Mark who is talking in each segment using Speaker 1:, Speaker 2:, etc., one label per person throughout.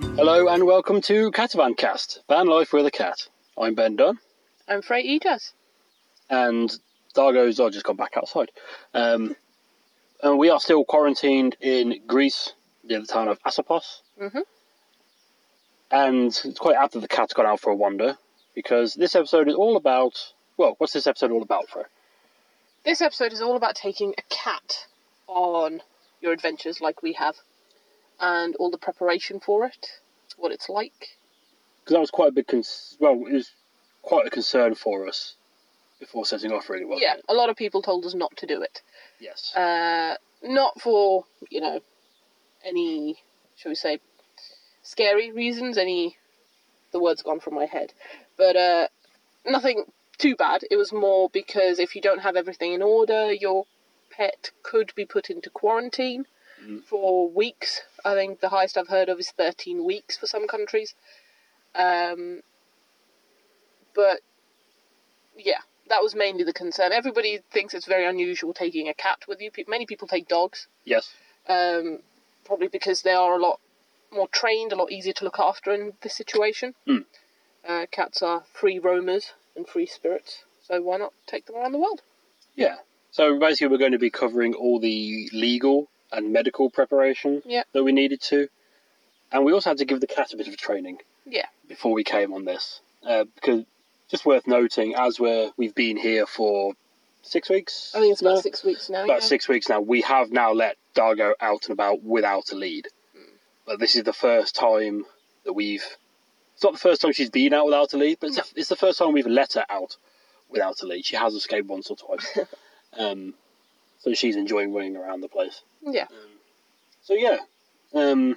Speaker 1: and welcome to Catavan Cast, Van Life with a Cat. I'm Ben Dunn,
Speaker 2: I'm afraid he does.
Speaker 1: and Dargo's I just gone back outside. Um, and we are still quarantined in Greece, near the town of Asopos.
Speaker 2: Mhm.
Speaker 1: And it's quite apt that the cat's gone out for a wander, because this episode is all about. Well, what's this episode all about, Fro?
Speaker 2: This episode is all about taking a cat on your adventures like we have and all the preparation for it, what it's like.
Speaker 1: Because that was quite a big. Cons- well, it was quite a concern for us before setting off, really, wasn't
Speaker 2: yeah,
Speaker 1: it?
Speaker 2: a lot of people told us not to do it.
Speaker 1: Yes.
Speaker 2: Uh, not for, you know, any, shall we say, scary reasons, any. The word's gone from my head. But uh, nothing too bad. It was more because if you don't have everything in order, your pet could be put into quarantine for weeks. I think the highest I've heard of is 13 weeks for some countries. Um, but yeah, that was mainly the concern. Everybody thinks it's very unusual taking a cat with you. Pe- Many people take dogs,
Speaker 1: yes.
Speaker 2: um, probably because they are a lot more trained, a lot easier to look after in this situation.
Speaker 1: Mm.
Speaker 2: Uh, cats are free roamers and free spirits, so why not take them around the world?
Speaker 1: Yeah. So basically, we're going to be covering all the legal and medical preparation
Speaker 2: Yeah.
Speaker 1: that we needed to, and we also had to give the cat a bit of training
Speaker 2: Yeah,
Speaker 1: before we came on this, uh, because just worth noting, as we're we've been here for six weeks.
Speaker 2: I think it's about
Speaker 1: now?
Speaker 2: six weeks now.
Speaker 1: About
Speaker 2: Oh, yeah.
Speaker 1: six weeks now. We have now let Dargo out and about without a lead, but this is the first time that we've. It's not the first time she's been out without a lead, but it's, the- it's the first time we've let her out without a lead. She has escaped once or twice, um, so she's enjoying running around the place.
Speaker 2: Yeah.
Speaker 1: So yeah, um,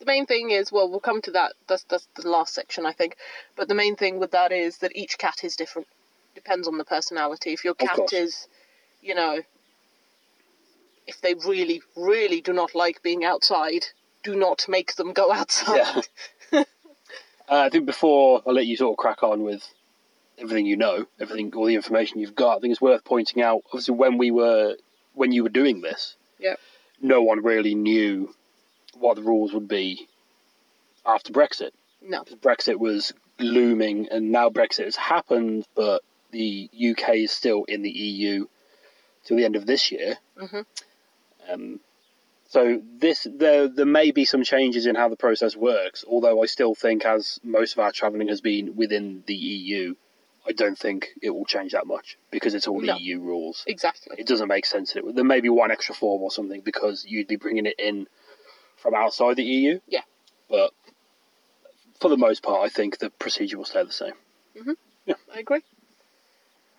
Speaker 2: the main thing is well we'll come to that that's that's the last section i think but the main thing with that is that each cat is different depends on the personality if your cat
Speaker 1: course.
Speaker 2: is you know if they really really do not like being outside do not make them go outside
Speaker 1: yeah. Uh, I think before I let you sort of crack on with everything you know, everything, all the information you've got, I think it's worth pointing out. Obviously, when we were when you were doing this,
Speaker 2: Yep.
Speaker 1: no one really knew what the rules would be after Brexit.
Speaker 2: no
Speaker 1: Because Brexit was looming, and now Brexit has happened, but the UK is still in the EU till the end of this year.
Speaker 2: Mhm.
Speaker 1: Um, so this there there may be some changes in how the process works. Although I still think, as most of our travelling has been within the EU, I don't think it will change that much because it's all
Speaker 2: No.
Speaker 1: EU rules
Speaker 2: exactly
Speaker 1: it doesn't make sense. that It, there may be one extra form or something because you'd be bringing it in from outside the EU.
Speaker 2: Yeah.
Speaker 1: But for the most part, I think the procedure will stay the same.
Speaker 2: i agree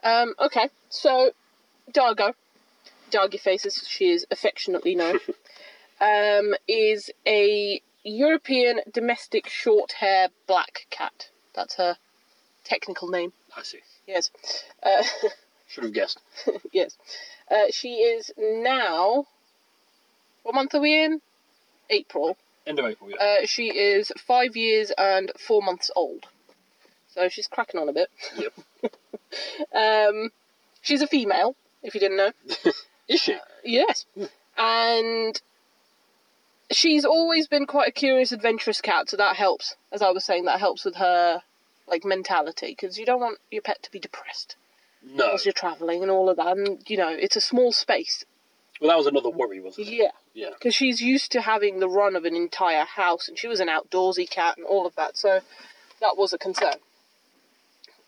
Speaker 2: um okay so dargo dargy faces she is affectionately known um is a European domestic short hair black cat. That's her technical name.
Speaker 1: I see.
Speaker 2: Yes. Uh,
Speaker 1: Should have guessed.
Speaker 2: yes. Uh, she is now. What month are we in? April.
Speaker 1: End of April. Yeah.
Speaker 2: Uh, she is five years and four months old. So she's cracking on a bit.
Speaker 1: Yep.
Speaker 2: Um, she's a female, if you didn't know.
Speaker 1: Is she?
Speaker 2: Yes. And she's always been quite a curious, adventurous cat, so that helps. As I was saying, that helps with her like mentality because you don't want your pet to be depressed
Speaker 1: No.
Speaker 2: as you're traveling and all of that. And you know, it's a small space.
Speaker 1: Well, that was another worry, wasn't it?
Speaker 2: Yeah.
Speaker 1: Yeah.
Speaker 2: Because she's used to having the run of an entire house, and she was an outdoorsy cat and all of that, so that was a concern.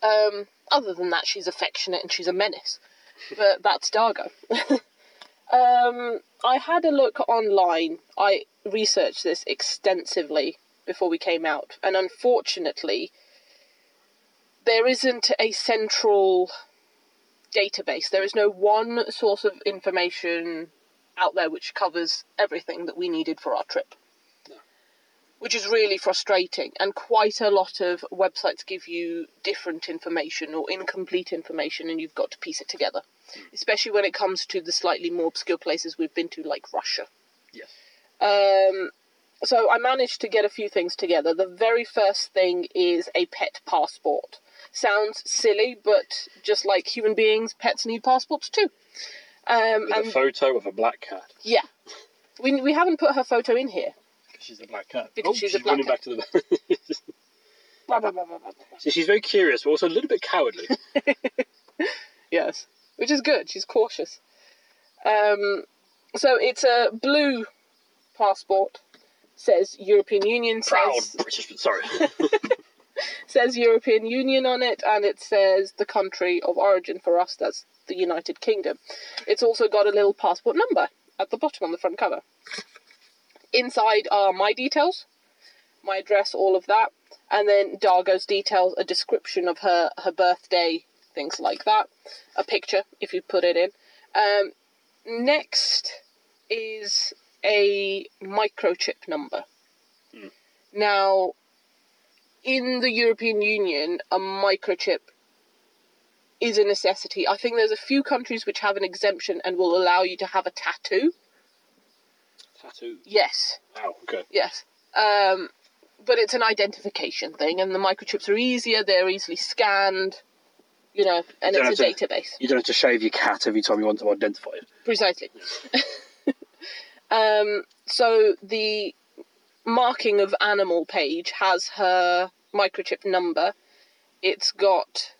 Speaker 2: Um, other than that, she's affectionate and she's a menace, but that's Dargo. um, I had a look online. I researched this extensively before we came out, and unfortunately, there isn't a central database. There is no one source of information out there which covers everything that we needed for our trip. Which is really frustrating, and quite a lot of websites give you different information or incomplete information, and you've got to piece it together. Especially when it comes to the slightly more obscure places we've been to, like Russia.
Speaker 1: Yes.
Speaker 2: Um, so I managed to get a few things together. The very first thing is a pet passport. Sounds silly, but just like human beings, pets need passports too. Um,
Speaker 1: With
Speaker 2: and
Speaker 1: Um, a photo of a black cat.
Speaker 2: yeah. We, we haven't put her photo in here.
Speaker 1: Because she's the black cat.
Speaker 2: Because
Speaker 1: oh,
Speaker 2: she's a
Speaker 1: she's
Speaker 2: black
Speaker 1: running back to the.
Speaker 2: Blah, blah, blah, blah, blah, blah.
Speaker 1: so she's very curious, but also a little bit cowardly.
Speaker 2: Yes, which is good. She's cautious. Um, so it's a blue passport. Says European Union.
Speaker 1: Proud
Speaker 2: Says,
Speaker 1: British. Sorry.
Speaker 2: says European Union on it, and it says the country of origin for us. That's the United Kingdom. It's also got a little passport number at the bottom on the front cover. Inside are my details, my address, all of that, and then Dargo's details, a description of her her birthday, things like that, a picture if you put it in. Um, next is a microchip number. Now, in the European Union, a microchip is a necessity. I think there's a few countries which have an exemption and will allow you to have a tattoo.
Speaker 1: Tattoo.
Speaker 2: Yes,
Speaker 1: Wow. Okay.
Speaker 2: yes. Um, but it's an identification thing, and the microchips are easier, they're easily scanned, you know, and
Speaker 1: You don't
Speaker 2: it's a
Speaker 1: have to-
Speaker 2: database.
Speaker 1: You don't have to shave your cat every time you want to identify it.
Speaker 2: Precisely. um, so the marking of animal page has her microchip number. It's got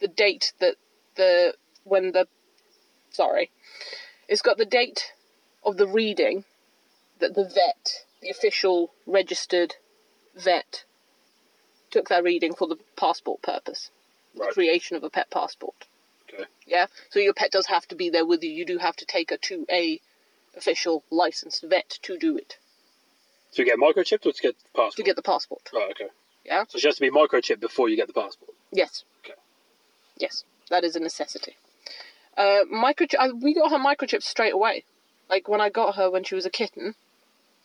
Speaker 2: the date that the when the sorry, it's got the date of the reading that the vet, the official registered vet, took that reading for the passport purpose,
Speaker 1: Right.
Speaker 2: creation of a pet passport.
Speaker 1: Okay.
Speaker 2: Yeah. So your pet does have to be there with you. You do have to take her to a official licensed vet to do it
Speaker 1: So you get microchipped or to get the passport?
Speaker 2: to get the passport.
Speaker 1: Right. Okay.
Speaker 2: Yeah.
Speaker 1: So she has to be microchipped before you get the passport.
Speaker 2: Yes.
Speaker 1: Okay.
Speaker 2: Yes, that is a necessity. Uh, microchip. I, we got her microchipped straight away. Like when I got her when she was a kitten,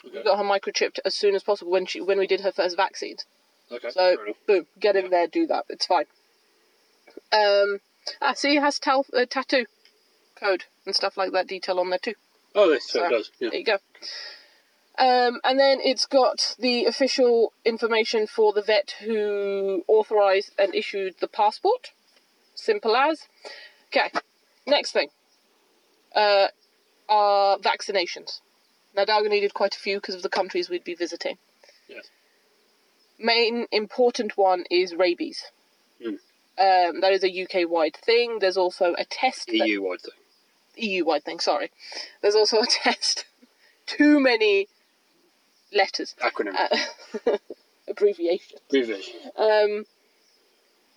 Speaker 1: Okay.
Speaker 2: we got her microchipped as soon as possible when she when we did her first vaccines.
Speaker 1: Okay.
Speaker 2: So
Speaker 1: fair enough.
Speaker 2: boom, get in there, do that. It's fine. Um, ah, see, it has tal- uh, tattoo code and stuff like that detail on there too.
Speaker 1: Oh, this so it
Speaker 2: So,
Speaker 1: does. Yeah.
Speaker 2: There you go. Um, and then it's got the official information for the vet who authorised and issued the passport. Simple as. Okay, next thing uh, are vaccinations. Now, Darga needed quite a few because of the countries we'd be visiting.
Speaker 1: Yes.
Speaker 2: Main important one is rabies.
Speaker 1: Mm.
Speaker 2: Um, that is a UK wide thing. There's also a test. that-
Speaker 1: EU wide thing.
Speaker 2: EU wide E thing, sorry. There's also a test. Too many letters,
Speaker 1: Acronym.
Speaker 2: uh, abbreviation.
Speaker 1: Abbreviation.
Speaker 2: Um,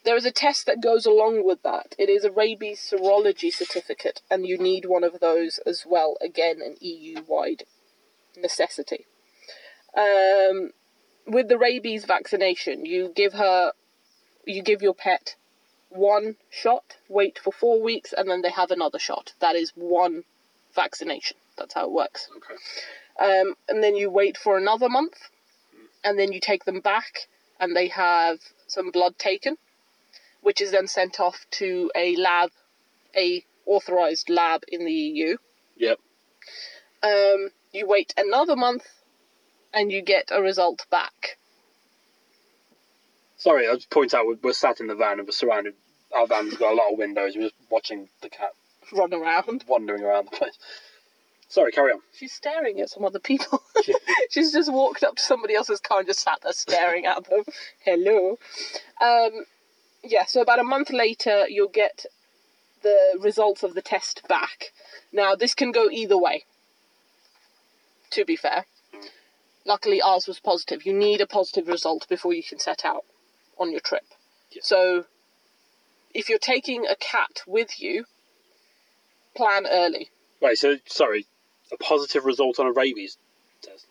Speaker 2: there is a test that goes along with that. It is a rabies serology certificate, and you need one of those as well. Again, an EU wide necessity. Um, with the rabies vaccination, you give her, you give your pet one shot, wait for four weeks, and then they have another shot. That is one vaccination. That's how it works.
Speaker 1: Okay.
Speaker 2: Um, and then you wait for another month, and then you take them back, and they have some blood taken, which is then sent off to a lab, a authorized lab in the EU.
Speaker 1: Yep.
Speaker 2: Um, you wait another month, and you get a result back.
Speaker 1: Sorry, I'll just point out we're, we're sat in the van and we're surrounded. Our van's got a lot of windows. We're just watching the cat
Speaker 2: Run around.
Speaker 1: wandering around the place. Sorry, carry on.
Speaker 2: She's staring at some other people. She's just walked up to somebody else's car and just sat there staring at them. Hello. Um, yeah, so about a month later, you'll get the results of the test back. Now, this can go either way, to be fair. Luckily, ours was positive. You need a positive result before you can set out on your trip.
Speaker 1: Yeah.
Speaker 2: So, if you're taking a cat with you, plan early.
Speaker 1: Right, so sorry, a positive result on a rabies test.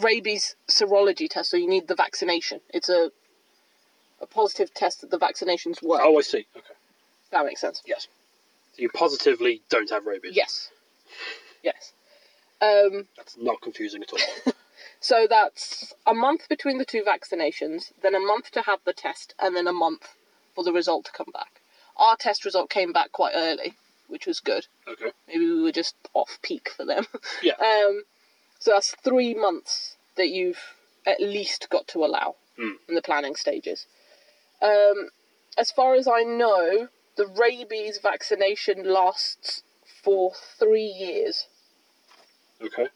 Speaker 2: rabies serology test, so you need the vaccination. It's a a positive test that the vaccinations work.
Speaker 1: Oh, I see. Okay.
Speaker 2: That makes sense.
Speaker 1: Yes. So you positively don't have rabies.
Speaker 2: Yes. Yes. Um,
Speaker 1: That's not confusing at all.
Speaker 2: so that's a month between the two vaccinations, then a month to have the test, and then a month for the result to come back. Our test result came back quite early, which was good.
Speaker 1: okay.
Speaker 2: Maybe we were just off peak for them.
Speaker 1: Yeah.
Speaker 2: Um, so that's three months that you've at least got to allow
Speaker 1: Mm.
Speaker 2: in the planning stages. Um, as far as I know, the rabies vaccination lasts for three years.
Speaker 1: Okay.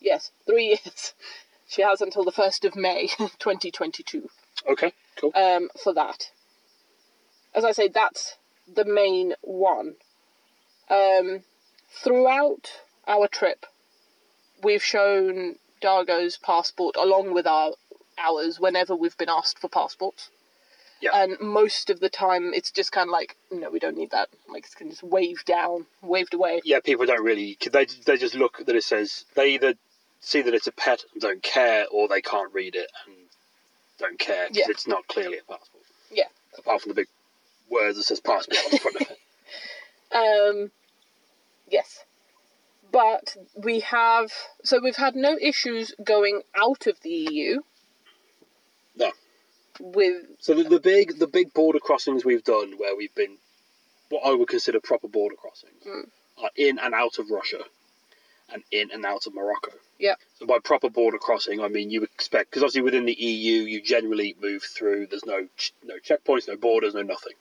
Speaker 2: Yes, three years. She has until the 1st of May 2022
Speaker 1: Okay, cool.
Speaker 2: um, for that. As I say, that's the main one. Um, throughout our trip, we've shown Dargo's passport along with our ours whenever we've been asked for passports.
Speaker 1: Yeah.
Speaker 2: And most of the time, it's just kind of like, no, we don't need that. Like, it's kind of just waved down, waved away.
Speaker 1: yeah, people don't really. 'cause They they just look that it says they either see that it's a pet and don't care, or they can't read it and don't care because
Speaker 2: Yeah.
Speaker 1: it's not clearly a passport.
Speaker 2: Yeah.
Speaker 1: Apart from the big words that says passport on the front of it.
Speaker 2: Um, yes. But we have, so we've had no issues going out of the EU
Speaker 1: No.
Speaker 2: with,
Speaker 1: So the, the big the big border crossings we've done where we've been what I would consider proper border crossings are in and out of Russia and in and out of Morocco.
Speaker 2: yeah,
Speaker 1: So by proper border crossing, I mean you expect because obviously within the EU you generally move through. There's no ch- no checkpoints, no borders, no nothing.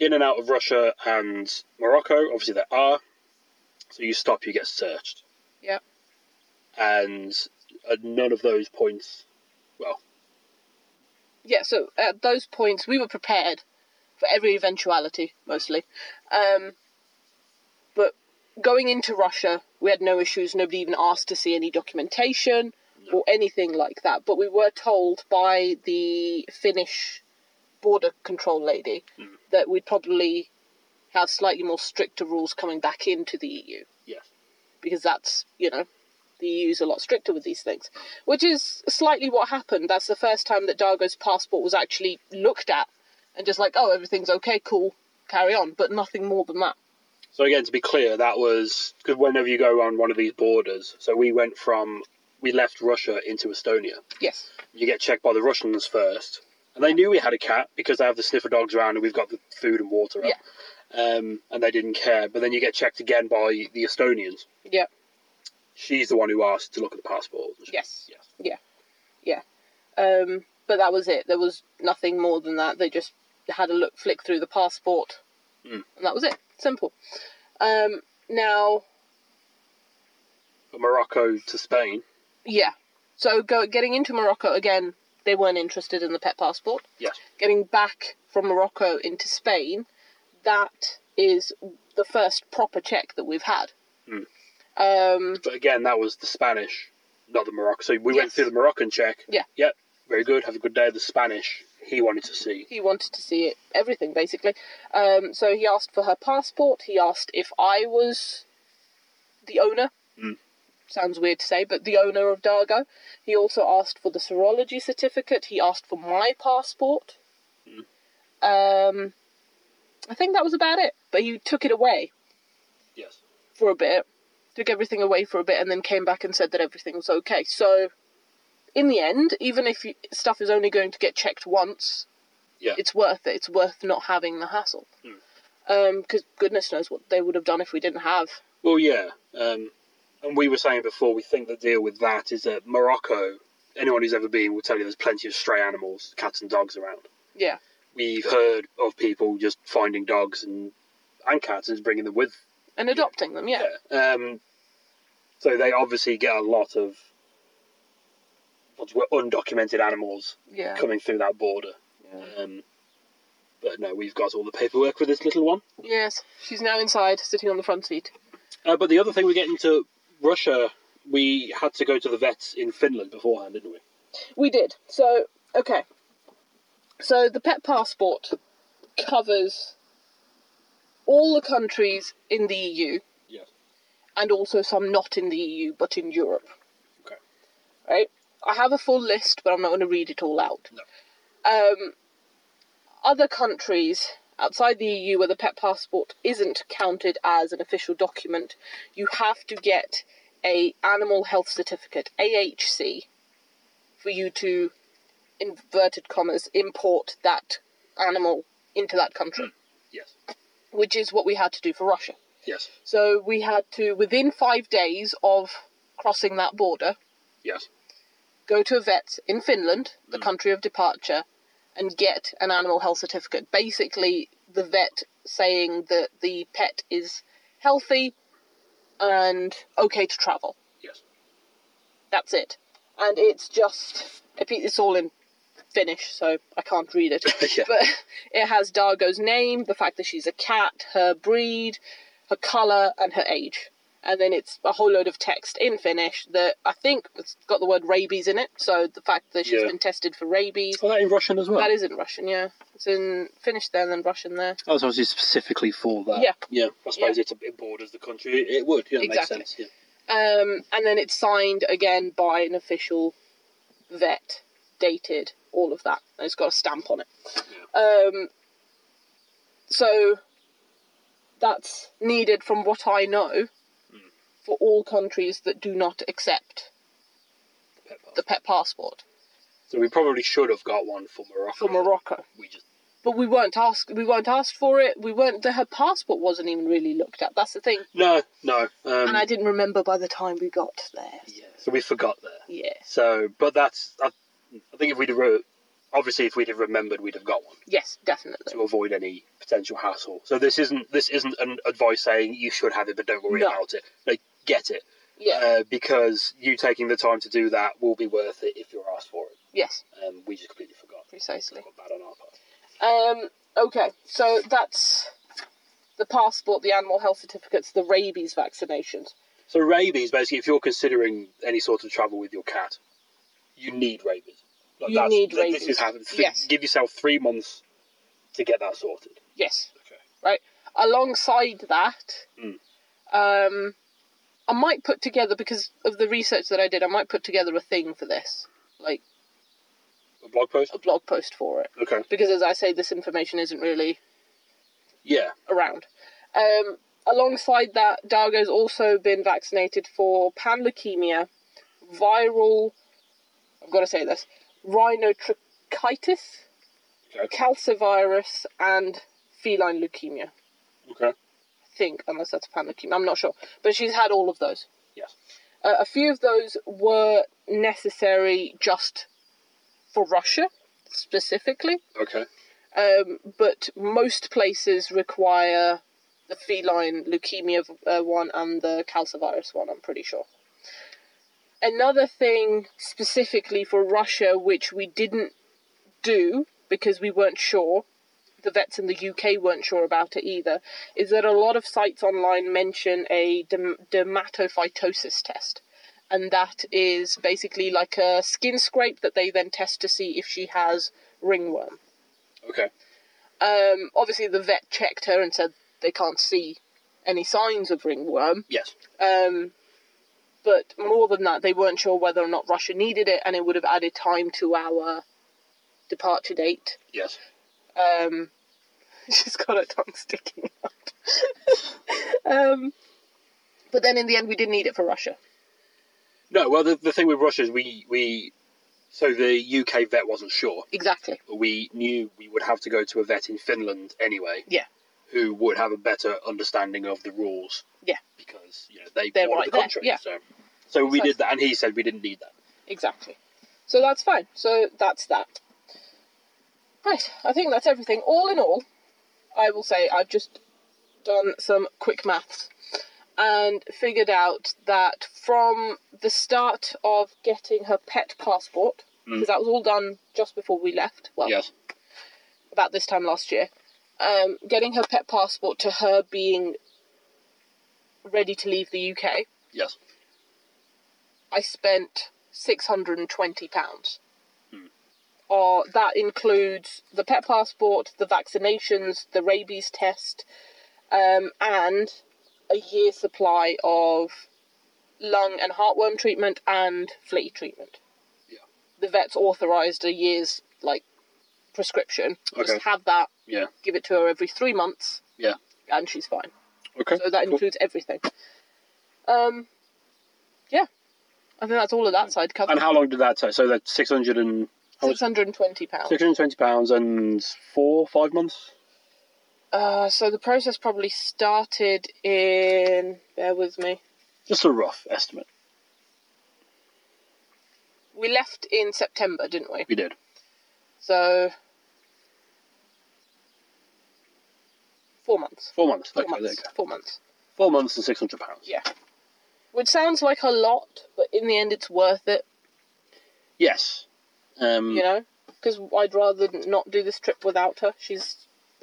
Speaker 1: In and out of Russia and Morocco, obviously there are. So you stop, you get searched,
Speaker 2: yeah,
Speaker 1: and at none of those points, well,
Speaker 2: yeah. So at those points, we were prepared for every eventuality, mostly. Um, but going into Russia, we had no issues. Nobody even asked to see any documentation or anything like that. But we were told by the Finnish border control lady that we'd probably have slightly more stricter rules coming back into the EU
Speaker 1: yes,
Speaker 2: because that's you know the EU's a lot stricter with these things, which is slightly what happened. That's the first time that Dargo's passport was actually looked at and just like, oh, everything's okay, cool, carry on, but nothing more than that.
Speaker 1: So again, to be clear, that was because whenever you go on one of these borders, so we went from we left Russia into Estonia.
Speaker 2: Yes,
Speaker 1: You get checked by the Russians first, and they knew we had a cat because they have the sniffer dogs around and we've got the food and water up, um, and they didn't care. But then you get checked again by the Estonians.
Speaker 2: yeah,
Speaker 1: She's the one who asked to look at the passport.
Speaker 2: yes,
Speaker 1: Yes.
Speaker 2: yeah, yeah. Um, but that was it. There was nothing more than that. They just had a look, flick through the passport, and that was it. Simple. Um, now,
Speaker 1: But Morocco to Spain.
Speaker 2: yeah. So go, getting into Morocco again, they weren't interested in the pet passport.
Speaker 1: Yes.
Speaker 2: getting back from Morocco into Spain, that is the first proper check that we've had. Um,
Speaker 1: But again, that was the Spanish, not the Moroccan. So we went
Speaker 2: Yes.
Speaker 1: through the Moroccan check.
Speaker 2: Yeah.
Speaker 1: Yep. Very good. Have a good day. The Spanish. He wanted to see.
Speaker 2: he wanted to see it, everything basically. Um, so he asked for her passport. He asked if I was the owner. Sounds weird to say, but the owner of Dargo. He also asked for the serology certificate. He asked for my passport. Um, I think that was about it. But he took it away
Speaker 1: Yes.
Speaker 2: for a bit, took everything away for a bit, and then came back and said that everything was okay. So, in the end, even if you, stuff is only going to get checked once,
Speaker 1: Yeah.
Speaker 2: it's worth it. It's worth not having the hassle. Hmm. Because goodness knows what they would have done if we didn't have.
Speaker 1: Well, yeah, um, and we were saying before we think the deal with that is that Morocco. Anyone who's ever been will tell you there's plenty of stray animals, cats and dogs around.
Speaker 2: Yeah,
Speaker 1: We've heard of people just finding dogs and and cats and just bringing them with.
Speaker 2: and adopting them. Yeah,
Speaker 1: Um, so they obviously get a lot of what were undocumented animals
Speaker 2: yeah,
Speaker 1: coming through that border.
Speaker 2: Yeah.
Speaker 1: Um, but no, we've got all the paperwork for this little one.
Speaker 2: yes. She's now inside, sitting on the front seat.
Speaker 1: Uh, but the other thing we get into Russia, we had to go to the vets in Finland beforehand, didn't we?
Speaker 2: We did. So, okay. So the pet passport covers all the countries in the EU
Speaker 1: Yes.
Speaker 2: and also some not in the EU but in Europe,
Speaker 1: Okay.
Speaker 2: right? I have a full list, but I'm not going to read it all out.
Speaker 1: No.
Speaker 2: Um, other countries outside the EU where the pet passport isn't counted as an official document, you have to get a animal health certificate (AHC) for you to inverted commas import that animal into that country,
Speaker 1: Yes.
Speaker 2: which is what we had to do for Russia.
Speaker 1: Yes.
Speaker 2: So we had to, within five days of crossing that border,
Speaker 1: Yes.
Speaker 2: go to a vet in Finland, the country of departure, and get an animal health certificate. Basically, the vet saying that the pet is healthy and okay to travel.
Speaker 1: Yes.
Speaker 2: That's it. and it's just it's all in Finnish, so I can't read it.
Speaker 1: Yeah.
Speaker 2: But it has Dargo's name, the fact that she's a cat, her breed, her color, and her age. And then it's a whole load of text in Finnish that I think it's got the word rabies in it. So the fact that she's
Speaker 1: Yeah.
Speaker 2: been tested for rabies.
Speaker 1: Oh, that in Russian as well.
Speaker 2: That is in Russian, yeah. It's in Finnish there and then Russian there.
Speaker 1: That was obviously specifically for that.
Speaker 2: Yeah.
Speaker 1: Yeah. I suppose it, it borders the country. It, it would. Yeah,
Speaker 2: Exactly.
Speaker 1: makes sense. Yeah.
Speaker 2: Um, and then it's signed again by an official vet, dated, all of that. And it's got a stamp on it. Um, so that's needed, from what I know, for all countries that do not accept
Speaker 1: Pet pass.
Speaker 2: the pet passport
Speaker 1: So we probably should have got one for Morocco.
Speaker 2: for Morocco.
Speaker 1: We just
Speaker 2: But we weren't asked. We weren't asked for it. We weren't. The, her passport wasn't even really looked at. That's the thing.
Speaker 1: no, no. Um,
Speaker 2: and I didn't remember by the time we got there.
Speaker 1: yeah, so we forgot there.
Speaker 2: Yeah.
Speaker 1: So, but that's I, I think if we'd have wrote- obviously if we'd have remembered, we'd have got one
Speaker 2: Yes, definitely.
Speaker 1: to avoid any potential hassle. So this isn't this isn't an advice saying you should have it, but don't worry
Speaker 2: No.
Speaker 1: about it. Like get it
Speaker 2: Yeah.
Speaker 1: uh, because you taking the time to do that will be worth it if you're asked for it.
Speaker 2: yes.
Speaker 1: Um, we just completely forgot.
Speaker 2: Precisely.
Speaker 1: Got bad on our part.
Speaker 2: Um, okay, so that's the passport, the animal health certificates, the rabies vaccinations.
Speaker 1: So rabies, basically, if you're considering any sort of travel with your cat, you need rabies.
Speaker 2: You need
Speaker 1: th- This
Speaker 2: rabies.
Speaker 1: is happening. Th-
Speaker 2: Yes.
Speaker 1: Give yourself three months to get that sorted.
Speaker 2: Yes.
Speaker 1: Okay.
Speaker 2: Right. Alongside that,
Speaker 1: Mm.
Speaker 2: um, I might put together because of the research that I did. I might put together a thing for this, like
Speaker 1: A blog post.
Speaker 2: a blog post for it,
Speaker 1: Okay.
Speaker 2: because as I say, this information isn't really
Speaker 1: Yeah.
Speaker 2: around. Um, alongside that, Dargo's also been vaccinated for pan leukemia, viral, I've got to say this, rhinotrachitis,
Speaker 1: Okay.
Speaker 2: calcivirus, and feline leukemia.
Speaker 1: Okay.
Speaker 2: I think, unless that's pan leukemia, I'm not sure. But she's had all of those.
Speaker 1: Yes.
Speaker 2: Uh, a few of those were necessary just for Russia specifically.
Speaker 1: Okay.
Speaker 2: Um, but most places require the feline leukemia uh, one and the calcivirus one, I'm pretty sure. Another thing specifically for Russia, which we didn't do because we weren't sure, the vets in the UK weren't sure about it either, is that a lot of sites online mention a dem- dermatophytosis test. And that is basically like a skin scrape that they then test to see if she has ringworm
Speaker 1: Okay.
Speaker 2: um, obviously the vet checked her and said they can't see any signs of ringworm.
Speaker 1: Yes.
Speaker 2: Um, but more than that, they weren't sure whether or not Russia needed it, and it would have added time to our departure date.
Speaker 1: Yes.
Speaker 2: Um, she's got her tongue sticking out. um, but then in the end, we did need it for Russia.
Speaker 1: No. Well, the, the thing with Russia is we we so the UK vet wasn't sure.
Speaker 2: Exactly.
Speaker 1: But we knew we would have to go to a vet in Finland anyway.
Speaker 2: Yeah.
Speaker 1: Who would have a better understanding of the rules
Speaker 2: Yeah.
Speaker 1: because you know, they
Speaker 2: They're
Speaker 1: border
Speaker 2: right
Speaker 1: the
Speaker 2: there,
Speaker 1: country.
Speaker 2: yeah.
Speaker 1: So, so we
Speaker 2: Precisely.
Speaker 1: did that, and he said we didn't need that.
Speaker 2: Exactly. So that's fine. So that's that. Right, I think that's everything. All in all, I will say I've just done some quick maths and figured out that from the start of getting her pet passport, because that was all done just before we left, well,
Speaker 1: Yes.
Speaker 2: about this time last year, um, getting her pet passport to her being ready to leave the UK,
Speaker 1: Yes.
Speaker 2: I spent six hundred and twenty pounds.
Speaker 1: Hmm.
Speaker 2: Or that includes the pet passport, the vaccinations, the rabies test, um, and a year supply of lung and heartworm treatment and flea treatment.
Speaker 1: Yeah.
Speaker 2: The vet's authorised a year's like prescription.
Speaker 1: Okay.
Speaker 2: Just have that,
Speaker 1: Yeah.
Speaker 2: give it to her every three months,
Speaker 1: Yeah.
Speaker 2: and she's fine.
Speaker 1: Okay.
Speaker 2: So that
Speaker 1: cool.
Speaker 2: includes everything. Um, yeah, I think that's all of that side covered.
Speaker 1: And how long did that take? So that's six hundred and how much?
Speaker 2: Six hundred and twenty pounds.
Speaker 1: Six hundred twenty pounds and four, five months.
Speaker 2: Uh, so the process probably started in. Bear with me.
Speaker 1: Just a rough estimate.
Speaker 2: We left in September, didn't we?
Speaker 1: We did.
Speaker 2: So four months.
Speaker 1: Four months.
Speaker 2: Four
Speaker 1: okay, there
Speaker 2: months.
Speaker 1: you go.
Speaker 2: Four months.
Speaker 1: Four months and six hundred pounds.
Speaker 2: Yeah. Which sounds like a lot, but in the end, it's worth it
Speaker 1: Yes. Um,
Speaker 2: you know? Because I'd rather not do this trip without her. She's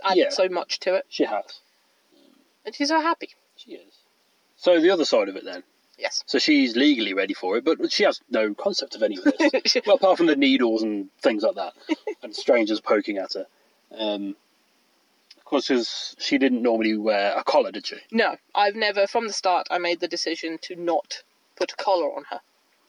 Speaker 2: added
Speaker 1: Yeah.
Speaker 2: so much to it,
Speaker 1: She has.
Speaker 2: and she's so happy.
Speaker 1: She is. So the other side of it then.
Speaker 2: Yes.
Speaker 1: So she's legally ready for it, but she has no concept of any of this.
Speaker 2: She-
Speaker 1: well, apart from the needles and things like that, and strangers poking at her. Um, of course, 'cause she didn't normally wear a collar, did she?
Speaker 2: no, I've never, from the start, I made the decision to not put a collar on her.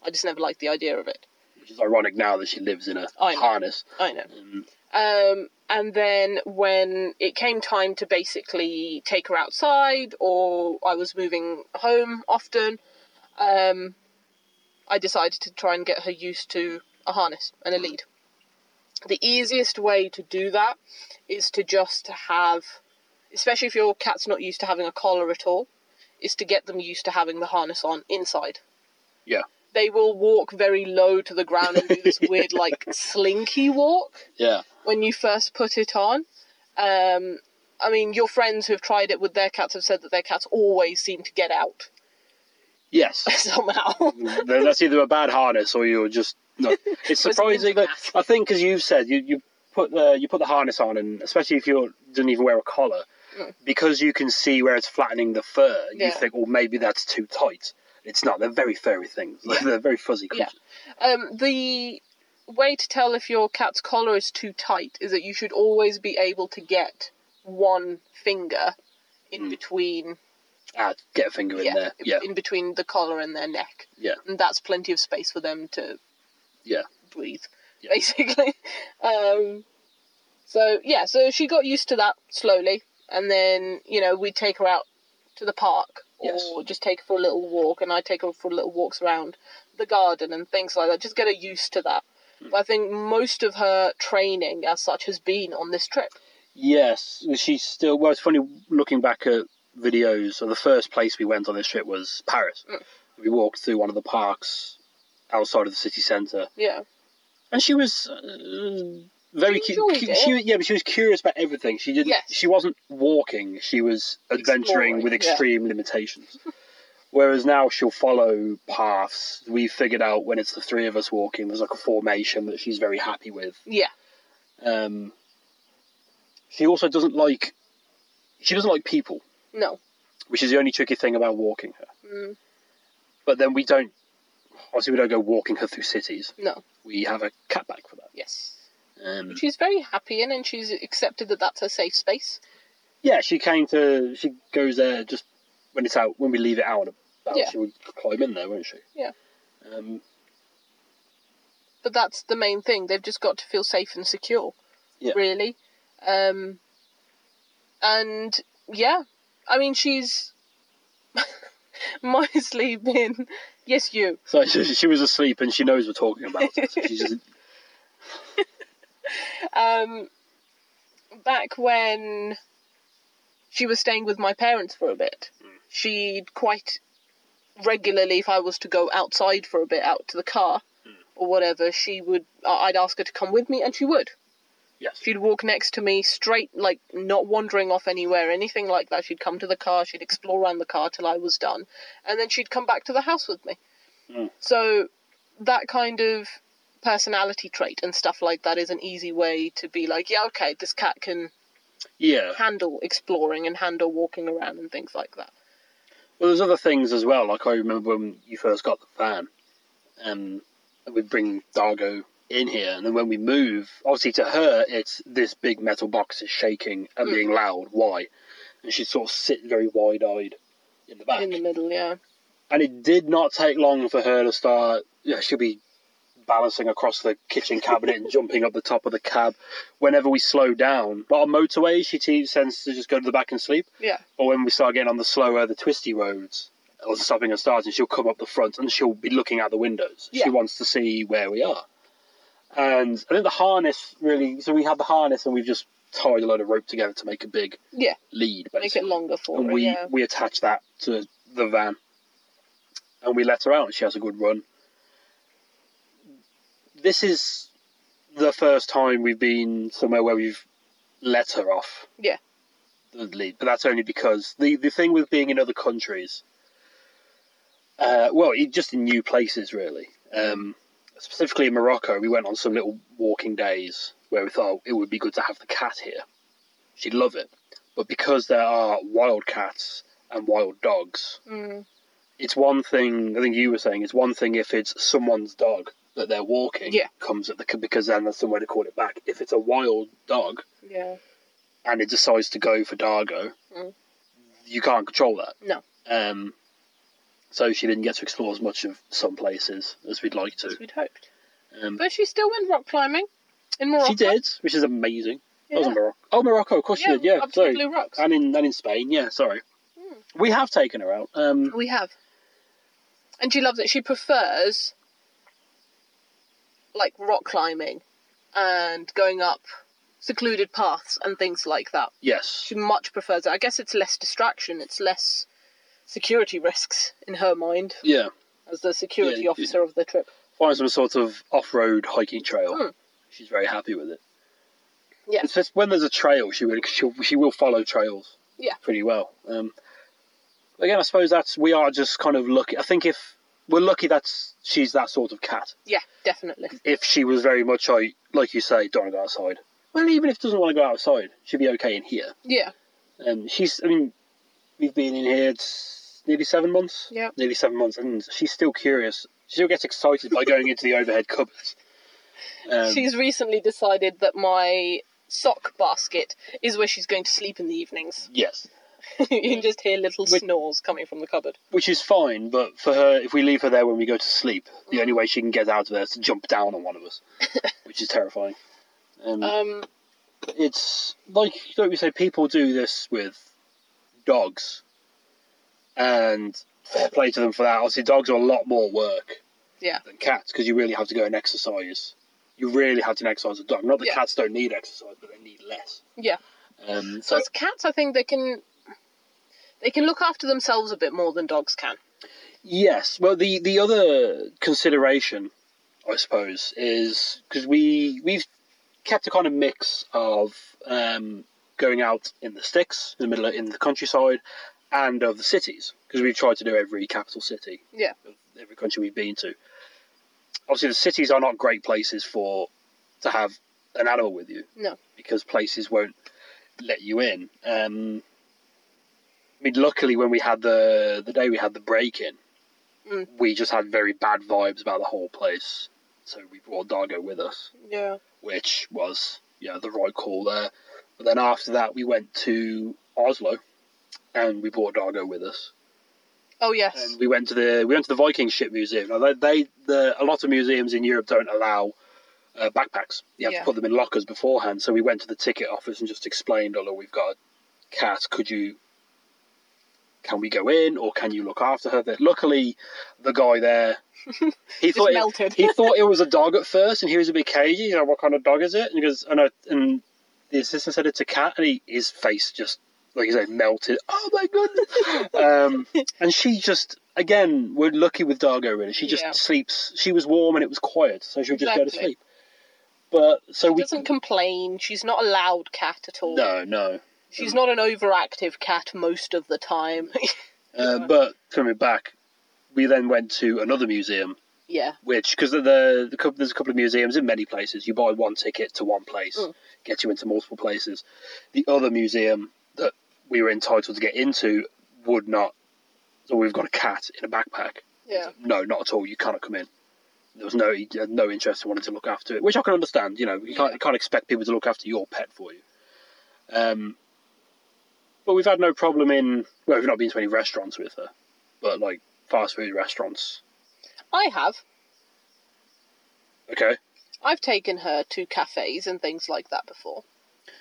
Speaker 2: I just never liked the idea of it.
Speaker 1: Which is ironic now that she lives in a
Speaker 2: I know.
Speaker 1: harness.
Speaker 2: I know.
Speaker 1: Um,
Speaker 2: Um, and then when it came time to basically take her outside, or I was moving home often, um, I decided to try and get her used to a harness and a lead. The easiest way to do that is to just have, especially if your cat's not used to having a collar at all, is to get them used to having the harness on inside.
Speaker 1: Yeah.
Speaker 2: They will walk very low to the ground and do this weird, like, slinky walk
Speaker 1: yeah.
Speaker 2: when you first put it on. Um, I mean, your friends who have tried it with their cats have said that their cats always seem to get out
Speaker 1: Yes.
Speaker 2: somehow.
Speaker 1: Th- That's either a bad harness or you're just. No. It's
Speaker 2: Was
Speaker 1: surprising that
Speaker 2: mask.
Speaker 1: I think, as you've said, you, you put the you put the harness on, and especially if you didn't even wear a collar, because you can see where it's flattening the fur. You
Speaker 2: Mm. Yeah.
Speaker 1: think, well, maybe that's too tight. It's not. They're very furry things. They're very fuzzy
Speaker 2: Yeah.
Speaker 1: creatures.
Speaker 2: um, the way to tell if your cat's collar is too tight is that you should always be able to get one finger in between
Speaker 1: Ah, get a finger in
Speaker 2: yeah,
Speaker 1: there. Yeah,
Speaker 2: in between the collar and their neck.
Speaker 1: yeah,
Speaker 2: And that's plenty of space for them to
Speaker 1: yeah.
Speaker 2: breathe,
Speaker 1: Yeah.
Speaker 2: basically. Um, so yeah, so she got used to that slowly, and then you know we'd take her out to the park
Speaker 1: Yes.
Speaker 2: or just take her for a little walk, and I would take her for little walks around the garden and things like that. Just get her used to that.
Speaker 1: Hmm.
Speaker 2: But I think most of her training as such has been on this trip.
Speaker 1: Yes, she's still. Well, it's funny looking back at videos. So the first place we went on this trip was Paris.
Speaker 2: Mm.
Speaker 1: We walked through one of the parks outside of the city centre,
Speaker 2: Yeah,
Speaker 1: and she was uh, very
Speaker 2: She
Speaker 1: cu-
Speaker 2: enjoyed
Speaker 1: cu-
Speaker 2: it.
Speaker 1: she was- yeah, but she was curious about everything. She didn't.
Speaker 2: Yes.
Speaker 1: She wasn't walking. She was adventuring
Speaker 2: Exploring,
Speaker 1: with
Speaker 2: yeah.
Speaker 1: extreme limitations. Whereas now she'll follow paths. We figured out when it's the three of us walking, there's like a formation that she's very happy with.
Speaker 2: yeah,
Speaker 1: Um, she also doesn't like. She doesn't like people,
Speaker 2: no,
Speaker 1: which is the only tricky thing about walking her.
Speaker 2: Mm.
Speaker 1: But then we don't. Obviously, we don't go walking her through cities.
Speaker 2: no,
Speaker 1: We have a cat back for that.
Speaker 2: yes.
Speaker 1: Um,
Speaker 2: She's very happy in, and she's accepted that that's her safe space.
Speaker 1: yeah, she came to. She goes there just when it's out. When we leave it out and about,
Speaker 2: Yeah.
Speaker 1: she would climb in there, won't she?
Speaker 2: Yeah.
Speaker 1: Um,
Speaker 2: but that's the main thing. They've just got to feel safe and secure,
Speaker 1: Yeah.
Speaker 2: really. Um, and yeah, I mean, she's mostly been yes, you.
Speaker 1: so she, she was asleep, and she knows we're talking about it. So she's just
Speaker 2: Um, back when she was staying with my parents for a bit, she'd quite regularly, if I was to go outside for a bit, out to the car or whatever, she would. I- I'd ask her to come with me, and she would.
Speaker 1: yes.
Speaker 2: She'd walk next to me straight, like not wandering off anywhere, anything like that. She'd come to the car, she'd explore around the car till I was done, and then she'd come back to the house with me.
Speaker 1: Mm.
Speaker 2: So that kind of personality trait and stuff like that is an easy way to be like, yeah, okay, this cat can
Speaker 1: Yeah.
Speaker 2: handle exploring and handle walking around and things like that.
Speaker 1: Well, there's other things as well. Like I remember when you first got the van, um, and we'd bring Dargo in here, and then when we move, obviously to her, it's this big metal box is shaking and
Speaker 2: Hmm.
Speaker 1: being loud. Why? And she'd sort of sit very wide-eyed in the back,
Speaker 2: In the middle, yeah.
Speaker 1: and it did not take long for her to start. Yeah, she'd be balancing across the kitchen cabinet and jumping up the top of the cab whenever we slow down. But on motorways, she te- tends to just go to the back and sleep.
Speaker 2: Yeah.
Speaker 1: Or when we start getting on the slower, the twisty roads, or the stopping and starting, she'll come up the front and she'll be looking out the windows.
Speaker 2: Yeah.
Speaker 1: She wants to see where we are. And I think the harness really. So we had the harness and we've just tied a load of rope together to make a big
Speaker 2: Yeah.
Speaker 1: lead, basically.
Speaker 2: Make it longer for
Speaker 1: and
Speaker 2: her,
Speaker 1: we
Speaker 2: yeah.
Speaker 1: we attach that to the van, and we let her out. and She has a good run. This is the first time we've been somewhere where we've let her off
Speaker 2: Yeah.
Speaker 1: the lead, but that's only because the the thing with being in other countries, uh, well, it, just in new places really. Um, specifically in Morocco, we went on some little walking days where we thought it would be good to have the cat here. She'd love it. But because there are wild cats and wild dogs,
Speaker 2: Mm.
Speaker 1: it's one thing, I think you were saying, it's one thing if it's someone's dog that they're walking
Speaker 2: Yeah.
Speaker 1: comes at the, because then there's some way to call it back. If it's a wild dog
Speaker 2: Yeah.
Speaker 1: and it decides to go for Dargo,
Speaker 2: Mm.
Speaker 1: you can't control that.
Speaker 2: No.
Speaker 1: Um, so she didn't get to explore as much of some places as we'd like to.
Speaker 2: As we'd hoped.
Speaker 1: Um,
Speaker 2: But she still went rock climbing in Morocco.
Speaker 1: She did, which is amazing. That was
Speaker 2: Yeah.
Speaker 1: in Morocco. Oh, Morocco, of course she did. Yeah,
Speaker 2: up to the
Speaker 1: sorry.
Speaker 2: Blue Rocks.
Speaker 1: And in and in Spain, yeah. Sorry,
Speaker 2: Hmm.
Speaker 1: we have taken her out. Um,
Speaker 2: We have. And she loves it. She prefers like rock climbing and going up secluded paths and things like that.
Speaker 1: yes,
Speaker 2: She much prefers it. I guess it's less distraction, it's less security risks in her mind
Speaker 1: yeah.
Speaker 2: as the security
Speaker 1: Yeah,
Speaker 2: officer of the trip.
Speaker 1: Find some sort of off-road hiking trail.
Speaker 2: Hmm.
Speaker 1: She's very happy with it.
Speaker 2: Yeah.
Speaker 1: It's just when there's a trail, she will she she will follow trails.
Speaker 2: Yeah.
Speaker 1: pretty well. Um, again, I suppose that's we are just kind of lucky. I think if we're lucky, that's she's that sort of cat.
Speaker 2: Yeah, definitely.
Speaker 1: If she was very much like like you say, don't want to go outside. Well, even if she doesn't want to go outside, she'd be okay in here.
Speaker 2: Yeah.
Speaker 1: Um, she's. I mean, we've been in here it's nearly seven months.
Speaker 2: Yeah.
Speaker 1: Nearly seven months, and she's still curious. She still gets excited by going into the overhead cupboards. Um,
Speaker 2: she's recently decided that my sock basket is where she's going to sleep in the evenings.
Speaker 1: yes,
Speaker 2: you can just hear little
Speaker 1: Which-
Speaker 2: snores coming from the cupboard.
Speaker 1: which is fine, but for her, if we leave her there when we go to sleep, the only way she can get out of there is to jump down on one of us, which is terrifying. Um,
Speaker 2: Um,
Speaker 1: it's like like we say, people do this with dogs, and fair play to them for that. Obviously, dogs are a lot more work,
Speaker 2: Yeah.
Speaker 1: than cats because you really have to go and exercise. You really have to exercise a dog. Not that
Speaker 2: Yeah.
Speaker 1: cats don't need exercise, but they need less.
Speaker 2: yeah.
Speaker 1: Um, so
Speaker 2: So as cats, I think they can they can look after themselves a bit more than dogs can.
Speaker 1: Yes. Well, the the other consideration, I suppose, is because we we've kept a kind of mix of um, going out in the sticks, in the middle, of, in the countryside, and of the cities, because we've tried to do every capital city,
Speaker 2: Yeah.
Speaker 1: of every country we've been to. Obviously, the cities are not great places for to have an animal with you.
Speaker 2: No.
Speaker 1: Because places won't let you in. Um, I mean, luckily, when we had the the day we had the break in,
Speaker 2: Mm.
Speaker 1: we just had very bad vibes about the whole place, so we brought Dargo with us,
Speaker 2: Yeah.
Speaker 1: which was you know the right call there. But then after that, we went to Oslo, and we brought Dargo with us.
Speaker 2: Oh yes.
Speaker 1: And we went to the we went to the Viking ship museum. Now they, they the a lot of museums in Europe don't allow uh, backpacks. You have
Speaker 2: Yeah.
Speaker 1: to put them in lockers beforehand. So we went to the ticket office and just explained, "Oh, look, we've got a cat. Could you? Can we go in, or can you look after her?" That luckily, the guy there. He
Speaker 2: Just
Speaker 1: thought it-
Speaker 2: melted.
Speaker 1: he thought it was a dog at first, and he was a bit cagey. You know, what kind of dog is it? And he goes, and, I, and the assistant said it's a cat, and he, his face just like you say melted. Oh my goodness! um, and she just again, we're lucky with Dargo. Really, she just
Speaker 2: Yeah.
Speaker 1: sleeps. She was warm and it was quiet, so she would just go to
Speaker 2: Exactly.
Speaker 1: sleep. But so we
Speaker 2: doesn't complain. She's not a loud cat at all.
Speaker 1: no no.
Speaker 2: She's not an overactive cat most of the time.
Speaker 1: Uh, but coming back, we then went to another museum,
Speaker 2: yeah.
Speaker 1: which because the, the, the cou- there's a couple of museums in many places. You buy one ticket to one place,
Speaker 2: Mm.
Speaker 1: gets you into multiple places. The other museum that we were entitled to get into would not. So we've got a cat in a backpack.
Speaker 2: Yeah.
Speaker 1: no, not at all. You cannot come in. There was no he had no interest in wanting to look after it, which I can understand. You know, you can't you can't expect people to look after your pet for you. Um, but we've had no problem in. Well, we've not been to any restaurants with her, but like fast food restaurants.
Speaker 2: I have.
Speaker 1: Okay.
Speaker 2: I've taken her to cafes and things like that before.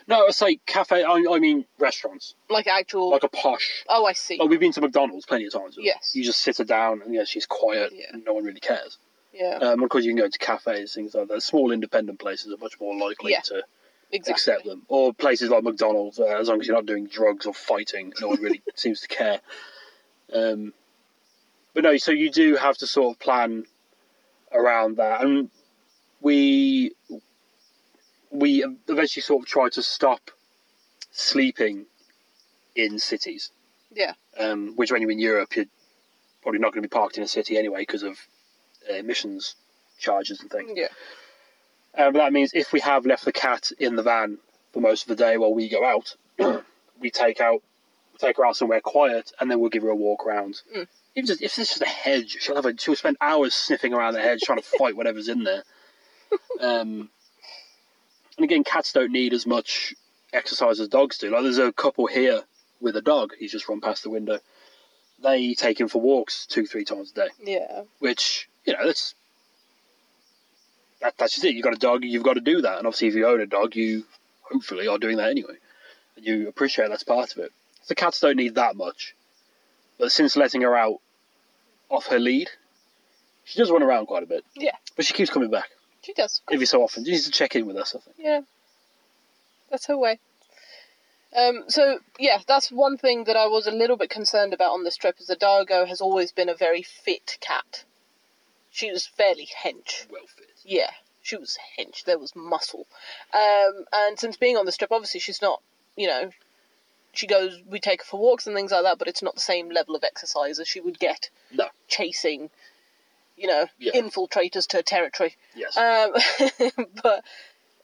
Speaker 1: No, I say cafe. I, I mean restaurants,
Speaker 2: Like actual.
Speaker 1: like a posh.
Speaker 2: oh, I see.
Speaker 1: Like we've been to McDonald's plenty of times.
Speaker 2: Yes.
Speaker 1: You just sit her down, and yeah, she's quiet.
Speaker 2: Yeah.
Speaker 1: And no one really cares.
Speaker 2: yeah.
Speaker 1: Um, of course, you can go to cafes, things like that. Small independent places are much more likely
Speaker 2: Yeah.
Speaker 1: to
Speaker 2: exactly.
Speaker 1: accept them. Or places like McDonald's, uh, as long as you're not doing drugs or fighting, no one really seems to care. Um, but no, so you do have to sort of plan around that, and we we eventually sort of try to stop sleeping in cities.
Speaker 2: Yeah.
Speaker 1: Um, which when you're in Europe, you're probably not going to be parked in a city anyway because of uh, emissions charges and things.
Speaker 2: Yeah.
Speaker 1: Um, that means if we have left the cat in the van for most of the day while we go out, we take out take her out somewhere quiet, and then we'll give her a walk around.
Speaker 2: Mm.
Speaker 1: Even just, if it's just a hedge, she'll have a, she'll spend hours sniffing around the hedge trying to fight whatever's in there. Um, and again, cats don't need as much exercise as dogs do. Like there's a couple here with a dog. He's just run past the window. They take him for walks two, three times a day
Speaker 2: Yeah.
Speaker 1: which you know that's that, that's just it. You've got a dog, you've got to do that, and obviously if you own a dog, you hopefully are doing that anyway. You appreciate that's part of it. The cats don't need that much, but since letting her out off her lead, she does run around quite a bit.
Speaker 2: Yeah.
Speaker 1: but she keeps coming back
Speaker 2: She does. of course.
Speaker 1: every so often. She needs to check in with us. I think.
Speaker 2: Yeah. That's her way. Um, so yeah, that's one thing that I was a little bit concerned about on this trip is that Dargo has always been a very fit cat. She was fairly hench.
Speaker 1: Well fit.
Speaker 2: Yeah, she was hench. There was muscle. Um, and since being on this trip, obviously she's not, you know, she goes, we take her for walks and things like that, but it's not the same level of exercise as she would get
Speaker 1: No.
Speaker 2: chasing, you know,
Speaker 1: Yeah.
Speaker 2: infiltrators to her territory.
Speaker 1: Yes.
Speaker 2: Um, but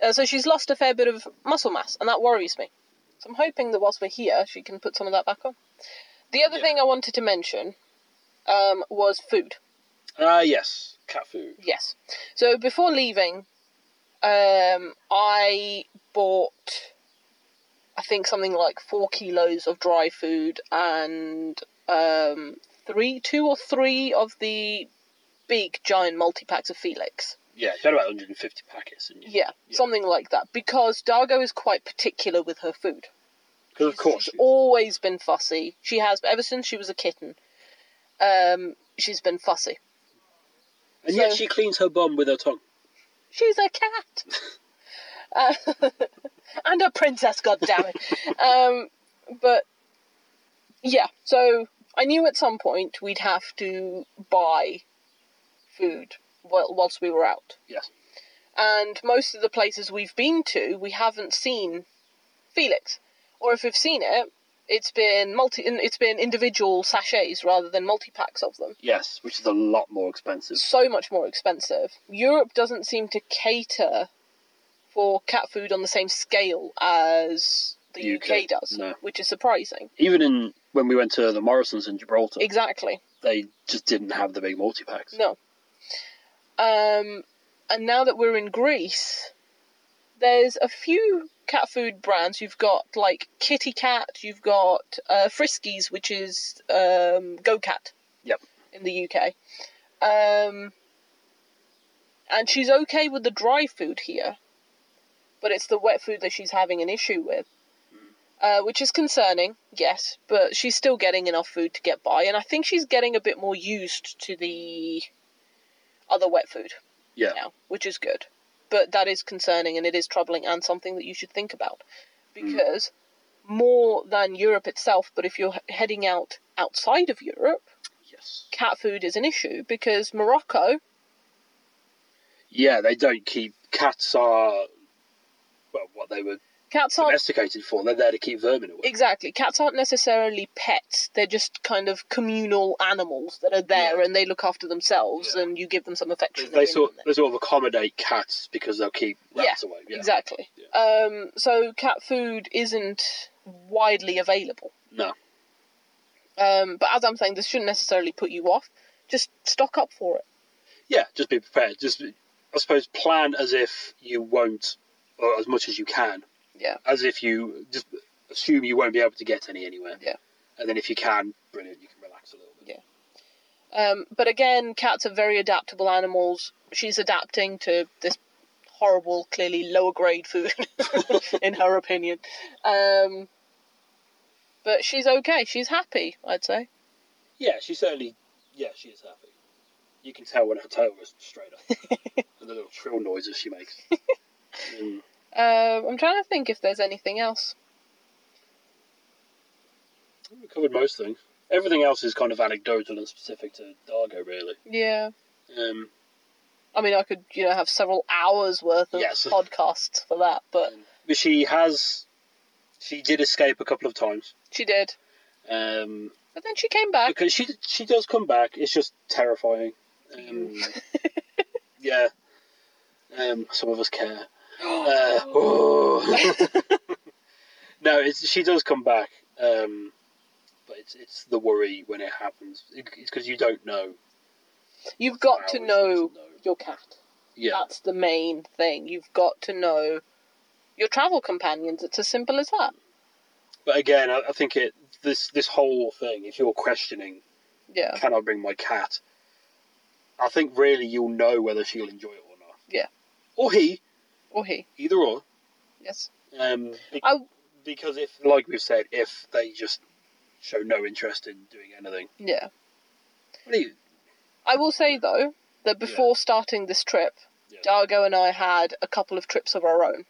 Speaker 2: uh, so she's lost a fair bit of muscle mass, and that worries me. So I'm hoping that whilst we're here, she can put some of that back on. The other
Speaker 1: Yeah.
Speaker 2: thing I wanted to mention um, was food.
Speaker 1: Ah, yes. Cat food.
Speaker 2: Yes. So before leaving, um, I bought, I think something like four kilos of dry food and um, three, two or three of the big giant multi packs of Felix.
Speaker 1: Yeah, she had about 150 packets, didn't you?
Speaker 2: Yeah,
Speaker 1: Yeah.
Speaker 2: something like that. Because Dargo is quite particular with her food.
Speaker 1: Because of course.
Speaker 2: She's
Speaker 1: she-
Speaker 2: always been fussy. She has, ever since she was a kitten, um, she's been fussy.
Speaker 1: and yet
Speaker 2: so-
Speaker 1: she cleans her bum with her tongue.
Speaker 2: She's a cat! Uh, and a princess, goddammit. Um, but, yeah, so I knew at some point we'd have to buy food whil- whilst we were out.
Speaker 1: Yes.
Speaker 2: and most of the places we've been to, we haven't seen Felix, or if we've seen it, it's been multi, in- it's been individual sachets rather than multi packs of them.
Speaker 1: Yes, which is a lot more expensive.
Speaker 2: So much more expensive. Europe doesn't seem to cater for cat food on the same scale as the UK,
Speaker 1: UK,
Speaker 2: does,
Speaker 1: no.
Speaker 2: which is surprising.
Speaker 1: even in when we went to the Morrisons in Gibraltar,
Speaker 2: Exactly.
Speaker 1: they just didn't have the big multi packs.
Speaker 2: No. Um, and now that we're in Greece, there's a few cat food brands. You've got like Kitty Cat, you've got uh, Friskies, which is um, Go Cat
Speaker 1: Yep.
Speaker 2: in the UK. Um, and she's okay with the dry food here, but it's the wet food that she's having an issue with. Uh, which is concerning, yes, but she's still getting enough food to get by, and I think she's getting a bit more used to the other wet food
Speaker 1: Yeah.
Speaker 2: now, which is good. But that is concerning and it is troubling and something that you should think about
Speaker 1: Mm.
Speaker 2: because more than Europe itself, but if you're he- heading out outside of Europe,
Speaker 1: Yes.
Speaker 2: cat food is an issue because Morocco,
Speaker 1: Yeah, they don't keep cats are well what they were
Speaker 2: cats aren't
Speaker 1: domesticated for. They're there to keep vermin away.
Speaker 2: exactly cats aren't necessarily pets. They're just kind of communal animals that are there
Speaker 1: Yeah.
Speaker 2: and they look after themselves
Speaker 1: Yeah.
Speaker 2: and you give them some affection.
Speaker 1: They,
Speaker 2: every
Speaker 1: they
Speaker 2: now
Speaker 1: sort
Speaker 2: and then.
Speaker 1: they sort of accommodate cats because they'll keep rats away. Yeah.
Speaker 2: Exactly.
Speaker 1: Yeah.
Speaker 2: Um, so cat food isn't widely available.
Speaker 1: No.
Speaker 2: Um, but as I'm saying, this shouldn't necessarily put you off. Just stock up for it.
Speaker 1: Yeah, just be prepared. Just be- I suppose plan as if you won't or as much as you can.
Speaker 2: Yeah.
Speaker 1: As if you just assume you won't be able to get any anywhere.
Speaker 2: Yeah.
Speaker 1: And then if you can, brilliant, you can relax a little bit.
Speaker 2: Um, but again, cats are very adaptable animals. She's adapting to this horrible, clearly lower grade food, in her opinion. Um, but she's okay. She's happy, I'd say.
Speaker 1: Yeah, she certainly. Yeah, she is happy. You can tell when her tail goes straight up, and the little trill noises she makes. Mm.
Speaker 2: Um I'm trying to think if there's anything else.
Speaker 1: we covered most things. Everything else is kind of anecdotal and specific to Dargo, really.
Speaker 2: Yeah.
Speaker 1: Um,
Speaker 2: I mean, I could, you know, have several hours worth of
Speaker 1: Yes.
Speaker 2: podcasts for that, but
Speaker 1: but she has, she did escape a couple of times.
Speaker 2: she did.
Speaker 1: Um,
Speaker 2: But then she came back.
Speaker 1: because she she does come back. It's just terrifying. Um, yeah. Um, some of us care. Uh, oh. no, it's, she does come back, um, but it's it's the worry when it happens. It, it's because you don't know.
Speaker 2: You've got
Speaker 1: how
Speaker 2: to
Speaker 1: it's
Speaker 2: know Uh,
Speaker 1: supposed to know.
Speaker 2: your cat.
Speaker 1: Yeah,
Speaker 2: That's the main thing. You've got to know your travel companions. It's as simple as that.
Speaker 1: but again, I, I think it this this whole thing. If you're questioning,
Speaker 2: Yeah.
Speaker 1: can I bring my cat? I think really you'll know whether she'll enjoy it or not.
Speaker 2: Yeah.
Speaker 1: Or he,
Speaker 2: Or he.
Speaker 1: either or.
Speaker 2: Yes.
Speaker 1: Um, be-
Speaker 2: I-
Speaker 1: because if, like we've said, if they just show no interest in doing anything,
Speaker 2: Yeah.
Speaker 1: What do you-
Speaker 2: I will say though that before starting this trip,
Speaker 1: Yeah.
Speaker 2: Dargo and I had a couple of trips of our own.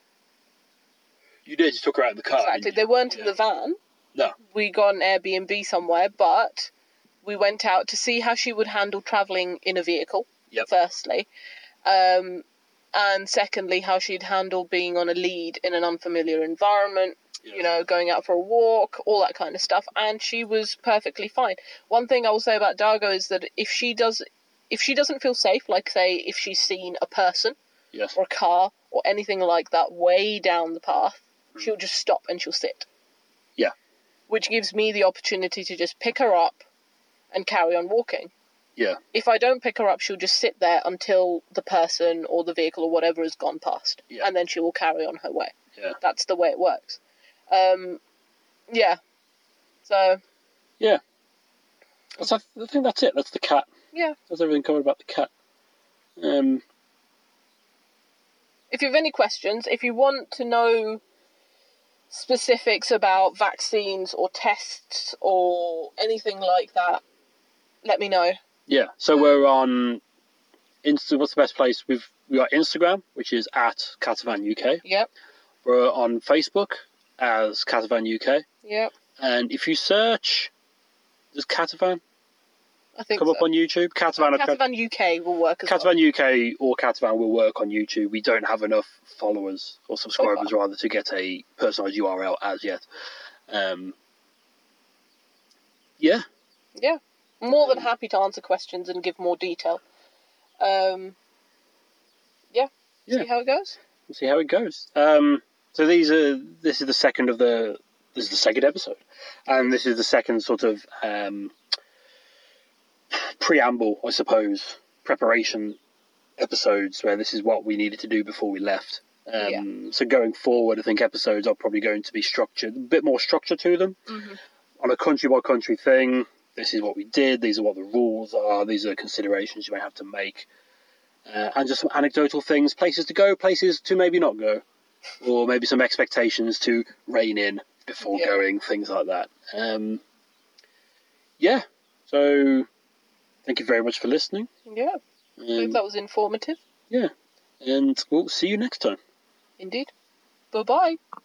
Speaker 1: you did just took her out of the car.
Speaker 2: Exactly.
Speaker 1: didn't
Speaker 2: They
Speaker 1: you?
Speaker 2: weren't in
Speaker 1: Yeah.
Speaker 2: the van.
Speaker 1: No.
Speaker 2: We got an Airbnb somewhere, but we went out to see how she would handle travelling in a vehicle,
Speaker 1: Yep.
Speaker 2: firstly. Um, and secondly, how she'd handle being on a lead in an unfamiliar environment, you know, going out for a walk, all that kind of stuff, and she was perfectly fine. One thing I will say about Dargo is that if she does, if she doesn't feel safe, like say if she's seen a person
Speaker 1: Yes.
Speaker 2: or a car or anything like that way down the path, she'll just stop and she'll sit.
Speaker 1: Hmm. Yeah.
Speaker 2: Which gives me the opportunity to just pick her up and carry on walking.
Speaker 1: Yeah.
Speaker 2: If I don't pick her up, she'll just sit there until the person or the vehicle or whatever has gone past,
Speaker 1: Yeah.
Speaker 2: and then she will carry on her way.
Speaker 1: Yeah.
Speaker 2: That's the way it works. Um, yeah. So
Speaker 1: Yeah. So I, th- I think that's it. That's the cat.
Speaker 2: yeah,
Speaker 1: That's everything covered about the cat. Um,
Speaker 2: if you have any questions, if you want to know specifics about vaccines or tests or anything like that, let me know.
Speaker 1: yeah. So we're on Insta. What's the best place? We've we got Instagram, which is at Catavan UK.
Speaker 2: Yep.
Speaker 1: We're on Facebook as Catavan UK,
Speaker 2: Yep.
Speaker 1: and if you search, does Catavan
Speaker 2: I think
Speaker 1: come
Speaker 2: so.
Speaker 1: up on YouTube? Catavan. or Cat-
Speaker 2: Catavan UK will work as well.
Speaker 1: Catavan UK or Catavan will work on YouTube. We don't have enough followers or subscribers rather to get a personalised URL as yet. Um, yeah,
Speaker 2: Yeah. More than happy to answer questions and give more detail. Um, yeah.
Speaker 1: Yeah.
Speaker 2: See how it goes?
Speaker 1: we'll see how it goes. Um, so these are this is the second of the this is the second episode, and this is the second sort of um, preamble, I suppose, preparation episodes where this is what we needed to do before we left. Um, So going forward, I think episodes are probably going to be structured a bit more structure to them on a country by country thing. This is what we did. These are what the rules are. These are the considerations you may have to make uh, and just some anecdotal things, places to go, places to maybe not go, or maybe some expectations to rein in before
Speaker 2: Yeah.
Speaker 1: going, things like that. Um, yeah, so thank you very much for listening,
Speaker 2: Yeah. I hope
Speaker 1: um,
Speaker 2: that was informative.
Speaker 1: and we'll see you next time.
Speaker 2: Indeed. Bye bye.